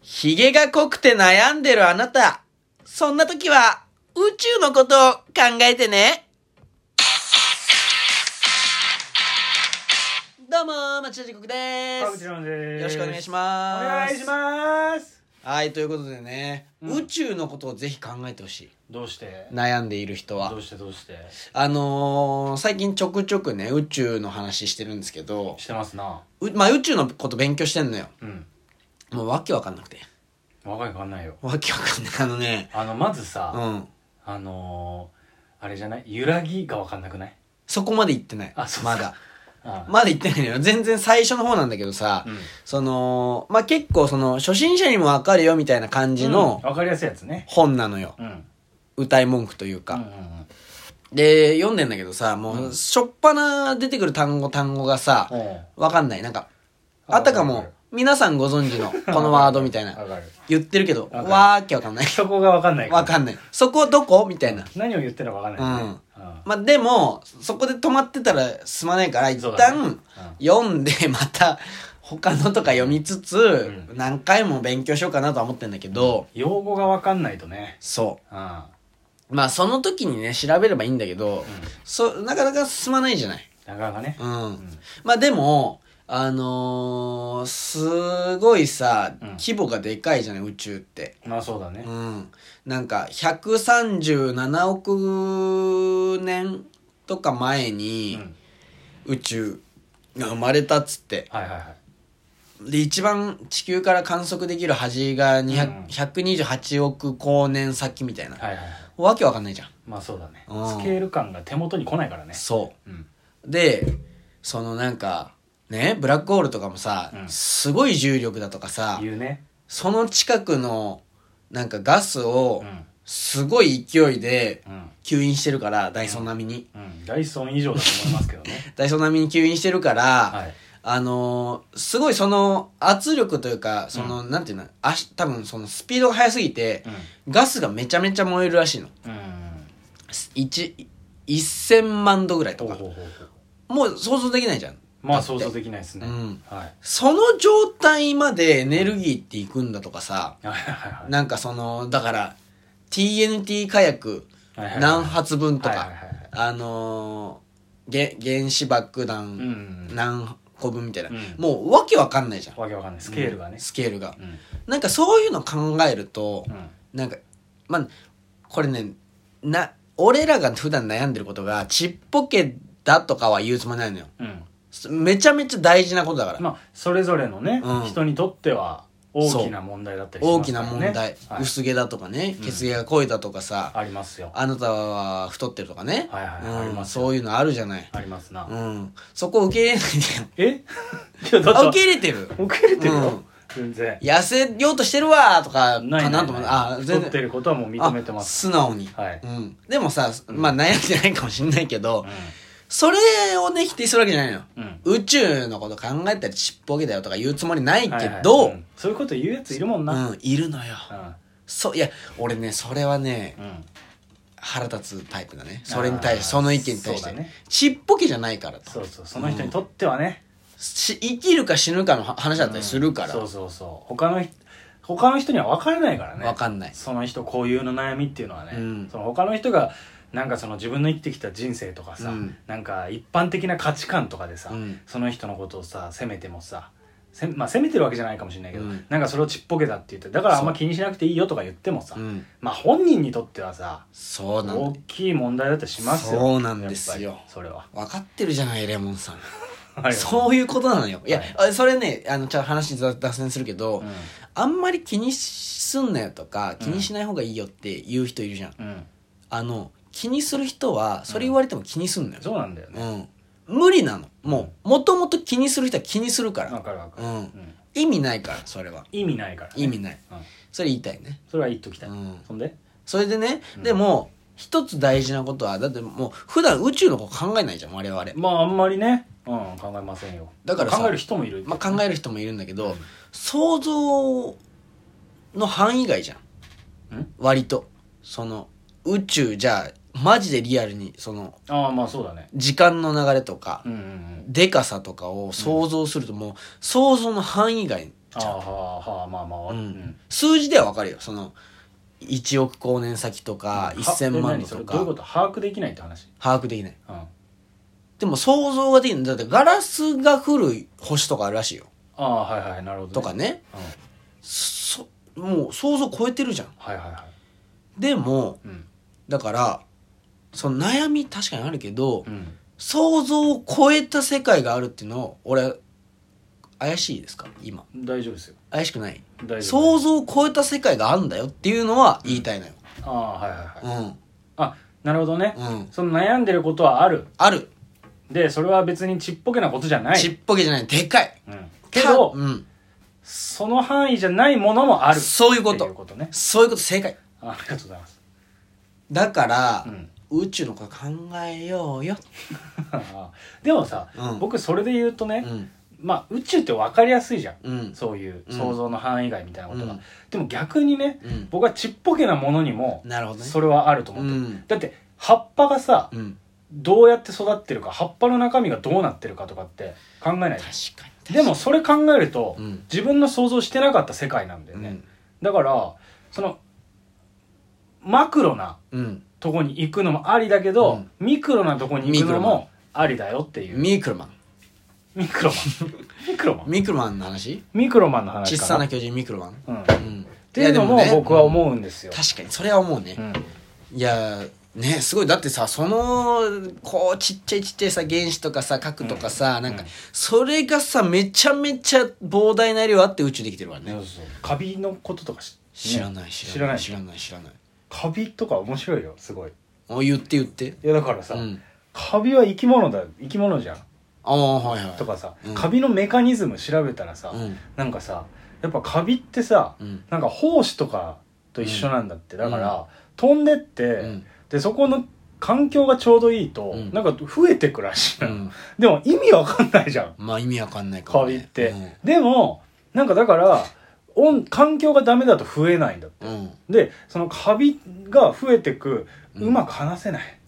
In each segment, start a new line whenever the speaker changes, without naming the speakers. ヒゲが濃くて悩んでるあなた。そんな時は宇宙のことを考えてね。どうも、町田時刻で
田口
す。
ロンです
よろしくお願いし
お
ます。
願いします
す。はい、ということでね、
うん
宇宙のことをぜひ考えてほしい。
どうして
悩んでいる人は
どう。してどうして
あのー最近ちょくちょくね、宇宙の話してるんですけど、
してますな
うまあ宇宙のこと勉強してんのよ。
うん
もうわけわかんなくて。
若いかわかんないよ
わけわかんない。あのね、
あのまずさ、
うん。
あのー、あれじゃない揺らぎがわかんなくない
そこまで行ってない。
あそう
まだ。
あ
まだ行ってないのよ。全然最初の方なんだけどさ、
うん
その、まあ、結構その、初心者にもわかるよみたいな感じの
うんわかりやすいやつね
本なのよ。
うんうん
歌い文句という
う
か。
ん
で、読んでんだけどさ、も
う
う、
ん
しょっぱな出てくる単語単語がさ
う、んうん
わかんない。なんか、
あ
あたか
わか
も
る、
皆さんご存知の、このワードみたいな。
わかる
言ってるけど、
かる
わーけわかんない。
そこがわかんないら
わかんない。そこどこみたいな。
何を言ってるかわかんないねうん
まあ、でも、そこで止まってたらすまないから、一
そうだね
旦、読んで、また、 他のとか読みつつ、
う
何回も勉強しようかなとは思ってんだけど、
用語がわかんないとね
そ
うん
う。まあ、その時にね、調べればいいんだけど、そう、なかなか進まないじゃない。
なかなかね
うん。
ん
まあ、でも、あのーすごいさ、
うん
規模がでかいじゃない、宇宙って。
まあそうだね
うん。なんか、137億年とか前に、
うん
宇宙が生まれたっつって
はいはいはい
で一番地球から観測できる端が200
うん
128億光年先みたいな
はいはいはい
わけわかんないじゃん
まあそうだね
うん
スケール感が手元に来ないからね
そ
うん
うでそのなんかねブラックホールとかもさ、
うん
すごい重力だとかさ
言うね
その近くのなんかガス
う
を
ん
すごい勢いで
うん
吸引してるからダイソン並みに、
うんダイソン以上だと思いますけどね
ダイソン並みに吸引してるから、
はい
あのーすごいその圧力というか、その、なんていうの、あし多分そのスピードが速すぎて、ガスがめちゃめちゃ燃えるらしいの。
うんうん
一、1000万度ぐらい
ほ
と
う
か。
ほうほうほう
もう想像できないじゃん。
ま
だ
あ
って
想像できないですね
うん
はい
その状態までエネルギーっていくんだとかさ、
はいはいはい
なんかその、だから、TNT 火薬
はいはい
何発分と
はい
か
はい、はいはい
あのーげ原子爆弾、
うんうん
何個分みたいな、
うん
もうわけわかんないじゃん
うんわけわかんないスケールがね
スケールが
うん
なんかそういうの考えると、
うん
なんかまあこれねな俺らが普段悩んでることがちっぽけだとかは言うつもりないのよ
うん
すめちゃめちゃ大事なことだから、
まあそれぞれのね
うん
人にとっては大きな問題だったりし
大
ま
き
すか
な
らね
問題、
はい
薄毛だとかね血毛が濃いだとかさ、
ありますよ
あなたは太ってるとかね、
はいはいあり
うん、
ますよ
そういうのあるじゃない、
ありますな
うん、そこ受け入れないでよ
え いやだ
あ
っ
受
て
け入れてる
受け入れてる
う
よ
ん
全然
痩せようとしてるわとかか
ないな
ないと思
な
うあ
い
全
太って
然
ることはもう認めてます
あ素直に、
はい
うん、でもさ、まあ、悩んでないかもしんないけど、
う
それをね、否定するわけじゃないの。
んうん
宇宙のこと考えたらちっぽけだよとか言うつもりない
はい
け
はい
ど、
うんそういうこと言うやついるもんな
うん、いるのよ。そう、いや、俺ね、それはね
う、んうん
腹立つタイプだね。それに対して、
あー
その意見に対し
そう
て。
だね
ちっぽけじゃないからと。
そうそうその人にとってはね
し生きるか死ぬかの話だったりするから、
そうそうそう他の人他の人には分からないからね
わかんない。
その人固有の悩みっていうのはね、
うん
その他の人がなんかその自分の生きてきた人生とかさ、
うん
なんか一般的な価値観とかでさ、
うん
その人のことをさ責めてもさせまあ、責めてるわけじゃないかもしれないけど、
うん
なんかそれをちっぽけだって言ってだからあんま気にしなくていいよとか言ってもさ、
うん。
まあ本人にとってはさ
そうなんだ
大。きい問題だってしますよ
そうなんですよ
やっぱりそれは
分かってるじゃない、レモンさん。
う
そういうことなのよ。いや、あそれね、あの、ちょっと話ざ脱線するけど、
ん
あんまり気にすんなよとか気にしない方がいいよって言う人いるじゃん、
うん
あの気にする人はそれ言われても気にすんなよ、
そうなんだよ
う
ね
ん無理なのもうもともと気にする人は気にするか
わ
ら
かるわかる、
うん意味ないからそれは
意味ないからね、
意味ない
うん
それ言いたいね
それは言っときたい、
うん
そんで
それでね、
うん
でも一つ大事なことはだってもう普段宇宙のこと考えないじゃん我々、
まああんまりね、うん、考えませんよ
だからさ
考える人もいる
まあ、考える人もいるんだけど、
うん
想像の範囲外じゃん
ん
割とその宇宙じゃあマジでリアルにその
ああまあそうだね
時間の流れとか、
うんうんうん
でかさとかを想像するともう想像の範囲外
ああはあまあまあわ
う
うん
ん、数字ではわかるよその1億光年先とか
は
1000
え
万
何
度
そ
と
れどういうこ
か
と把握できないって話
把握できない
うんあ
でも想像ができないだってガラスが降る星とかあるらしいよ
あはいはいなるほど
とか
ね
ね
うん
そもう想像超えてるじゃん
はいはいは
でも
いうん
だからその悩み確かにあるけど、
うん
想像を超えた世界があるっていうのを俺怪しいですか今
大丈夫ですよ
怪しくない
大丈夫
想像を超えた世界があるんだよっていうのは言いたいのよ
ああはいはいはい
うん
あなるほどね
うん
その悩んでることはある
ある
でそれは別にちっぽけなことじゃない
ちっぽけじゃないでかい
うんけど
たうん
その範囲じゃないものもある
そういうこ
っていう
と
ことね
そういうこと正解
あありがとうございます
だから
う、ん
宇宙のこと考えようよ
でもさ
うん
僕それで言うと
う
ね
ん
まあ宇宙って分かりやすいじゃん
うん
そういう
うん
想像の範囲外みたいなこと
う
が
ん
でも逆にね
うん
僕はちっぽけなものにも
なるほどね
それはあると
う
思ってる
ん
だって葉っぱがさ
うん
どうやって育ってるか葉っぱの中身がどうなってるかとかって考えない
確かに
でもそれ考えると
うん
自分の想像してなかった世界なんだ
う
よね
ん
だからそのマクロな
うん
とこに行くのもありだけど、
うん
ミクロなとこに行
ミ
くの
クロマン
もありだよっていう
ミクロマン
ミクロマン ミクロマン
ミクロマンの話
ミクロマンの話
小
か
さな巨人ミクロマン
うん、っ
うんって
いうのも僕は
う
思うんですよ、
確かにそれは思うね、
うん
いやーねすごいだってさそのこうちっちゃいちっちゃいさ原子とかさ核とかさ、なんか、
うん
それがさめちゃめちゃ膨大な量あって宇宙できてるわね、
そうそうカビのこととかし
知ら
ね
ない
知らない
知らない知らない
カビとか面白いよすごい
お言って言って
いやだから
う
さ、
ん
カビは生き物だ生き物じゃん
ああはいはい
とかさ、
うん
カビのメカニズム調べたらさ、
うん
なんかさやっぱカビってさ
うん
なんか胞子とかと一緒なんだって、だから、飛んでって、
うん
でそこの環境がちょうどいいと、
うん
なんか増えてくらしい、
う
のよ
ん
でも意味わかんないじゃん
まあ意味わかんないか
カ
も、
ビ
ね、
って、でもなんかだから温環境がダメだと増えないんだ
うん、うん
でそのカビが増えてく
うん
うまく話せない、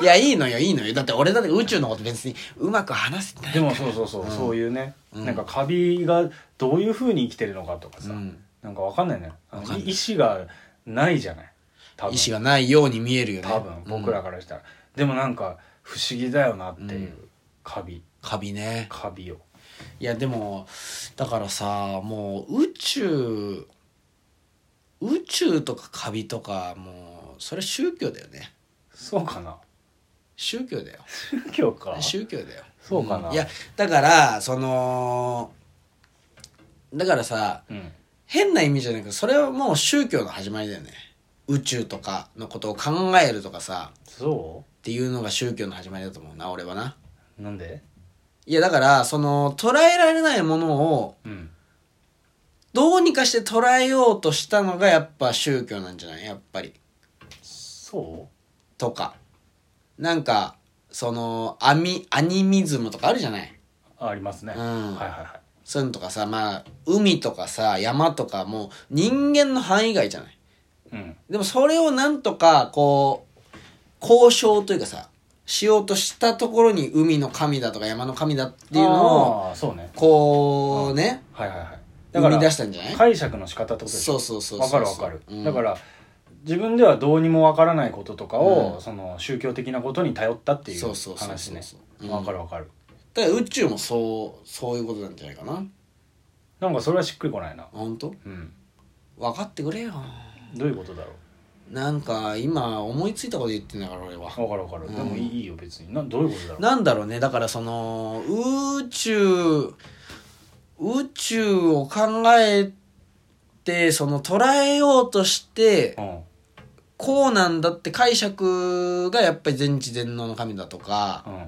いやいいのよいいのよだって俺だって宇宙のこと別にうまく話せてない
でもそうそうそう、
うん
そういうね、
うん
なんかカビがどういうふうに生きてるのかとかさ、
うん
なんかわかんないねあの
わかんない
意思がないじゃない多分
意志がないように見えるよね
多分僕らからしたら、でもなんか不思議だよなっていう、カビ
カビね
カビを
いやでもだからさもう宇宙宇宙とかカビとかもうそれ宗教だよね
そうかな
宗教だよ
宗教か
宗教だよ
そうかなん
いやだからそのだからさ
うん
変な意味じゃなくそれはもう宗教の始まりだよね宇宙とかのことを考えるとかさ
そ
っていうのが宗教の始まりだと思うな俺はな
うなんで
いやだからその捉えられないものを
うん
どうにかして捉えようとしたのがやっぱ宗教なんじゃないやっぱり。
そ
とか。なんか、その、アミ、アニミズムとかあるじゃないう
ありますね、
うん
はいはいはい
そういうのとかさ、まあ、海とかさ、山とかもう人間の範囲外じゃない
うん
でもそれをなんとか、こう、交渉というかさ、しようとしたところに海の神だとか山の神だっていうのを、
あーそうね
こうね、
はいはいはいだ
生
か
み出し
ら
たんじゃない
解釈の仕方ってことでしょ
そうそうそうそう。
わかるわかる、
うん
だから自分ではどうにもわからないこととかを、
うん
その宗教的なことに頼ったっていう
そうそうそうそ
話
う
ね
うん
わかるわかる
ただ宇宙もそうそういうことなんじゃないかなあ
なんかそれはしっくりこないな
本当
うん
分かってくれよ
どういうことだろ
なんか今思いついたこと言ってんだから俺は
うわかるわかる、
うん
でもいいいいよ別になどういうことだろう
なんだろうねだからその宇宙宇宙を考えてその捉えようとして
うん
こうなんだって解釈がやっぱり全知全能の神だとか
うん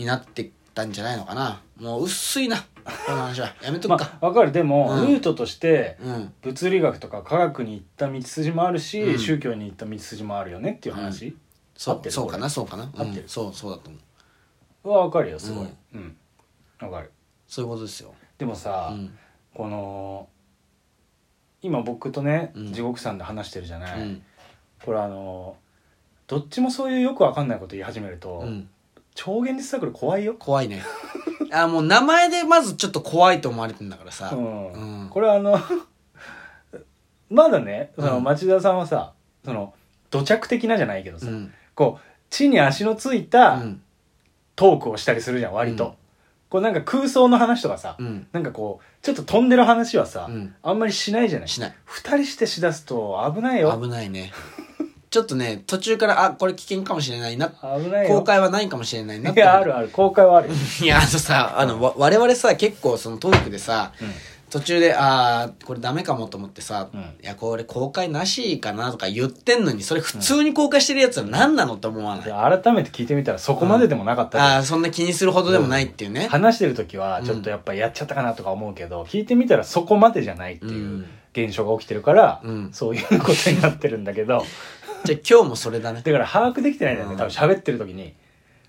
になってったんじゃないのかなもう薄いなこの話はやめと
ま
くか、
あわかるでも、
うん
ルートとして
うん
物理学とか科学に行った道筋もあるし、
うん
宗教に行った道筋もあるよねっていう話、
そ
合っ
う
てる
そうかなそうかな、う
合って
ん、
る
そうそうだと思う
はわかるよすごい
うん
うんわ、かる
そういうことですよ
でもさ、
うん
この今僕とね、
うん
地獄さんで話してるじゃ
う
ない、
ん
これあのどっちもそういうよくわかんないこと言い始めると、
うん
超現実サークル怖いよ、
怖いねあもう名前でまずちょっと怖いと思われてんだからさ、
うん
うん
これはあの まだねその
うん
町田さんはさその土着的なじゃないけど
う
さ、
ん
こう地に足のついうた
ん
トークをしたりするじゃん割と、
うん
こうなんか空想の話とかさ、
うん
なんかこうちょっと飛んでる話はさ、
うん
あんまりしないじゃない
しない
二人してしだすと危ないよ
危ないねちょっとね途中からあこれ危険かもしれないな
危ないよ
公開はないかもしれないなっ
い
て
やあるある公開はあるよ、
いやあのさあのわ我々さ結構そのトークでさ途中でああこれダメかもと思ってさ、
うん
いやこれ公開なしかなとか言ってんのにそれ普通に公開してるやつは何なのと思わない、
で改めて聞いてみたらそこまででもなかったから
ああそんな気にするほどでもないっていうね、
話してる時はちょっとやっぱやっちゃったかなとか思うけど、聞いてみたらそこまでじゃないっていう現象が起きてるから、
うん
そういうことになってるんだ けど
じゃあ今日もそれだね
だから把握できてないんだよね、
うん
多分喋ってる時に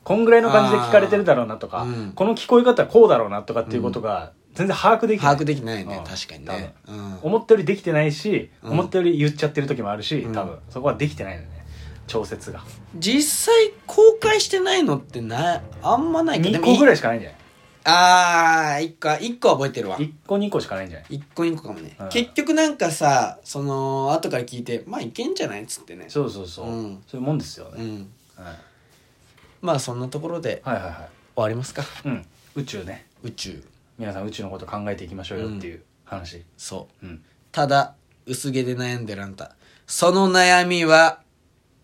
こんぐらいの感じで聞かれてるだろうなとか、
あーうん
この聞こえ方こうだろうなとかっていうことが全然把握できない、
把握できないね、
うん
確かに
多
ね
分、
うん、
思ったよりできてないし、
うん
思ったより言っちゃってる時もあるし、
うん
多分そこはできてないのよね調節が
実際公開してないのってなあんまないけど
2個
ら
ぐ
い
らいしかないんじゃない
ああ1個1個は覚えてるわ
1個2個しかないんじゃない
一個二個かもね、
うん
結局なんかさその後から聞いてまあいけんじゃないっつってね
そうそうそう、
うん
そういうもんですよ
う
ね、
ん
うんはい
まあそんなところで終
はいはい
わりますか
うん、宇宙ね
宇宙
皆さん宇宙のこと考えていきましょうよっていう話
そう
うん、
ただ薄毛で悩んでるあんたその悩みは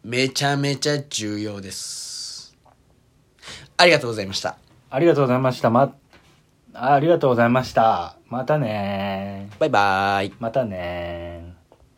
めちゃめちゃ重要ですありがとうございました
ありがとうございましたまあありがとうございましたまたねー
バイバーイ
またねー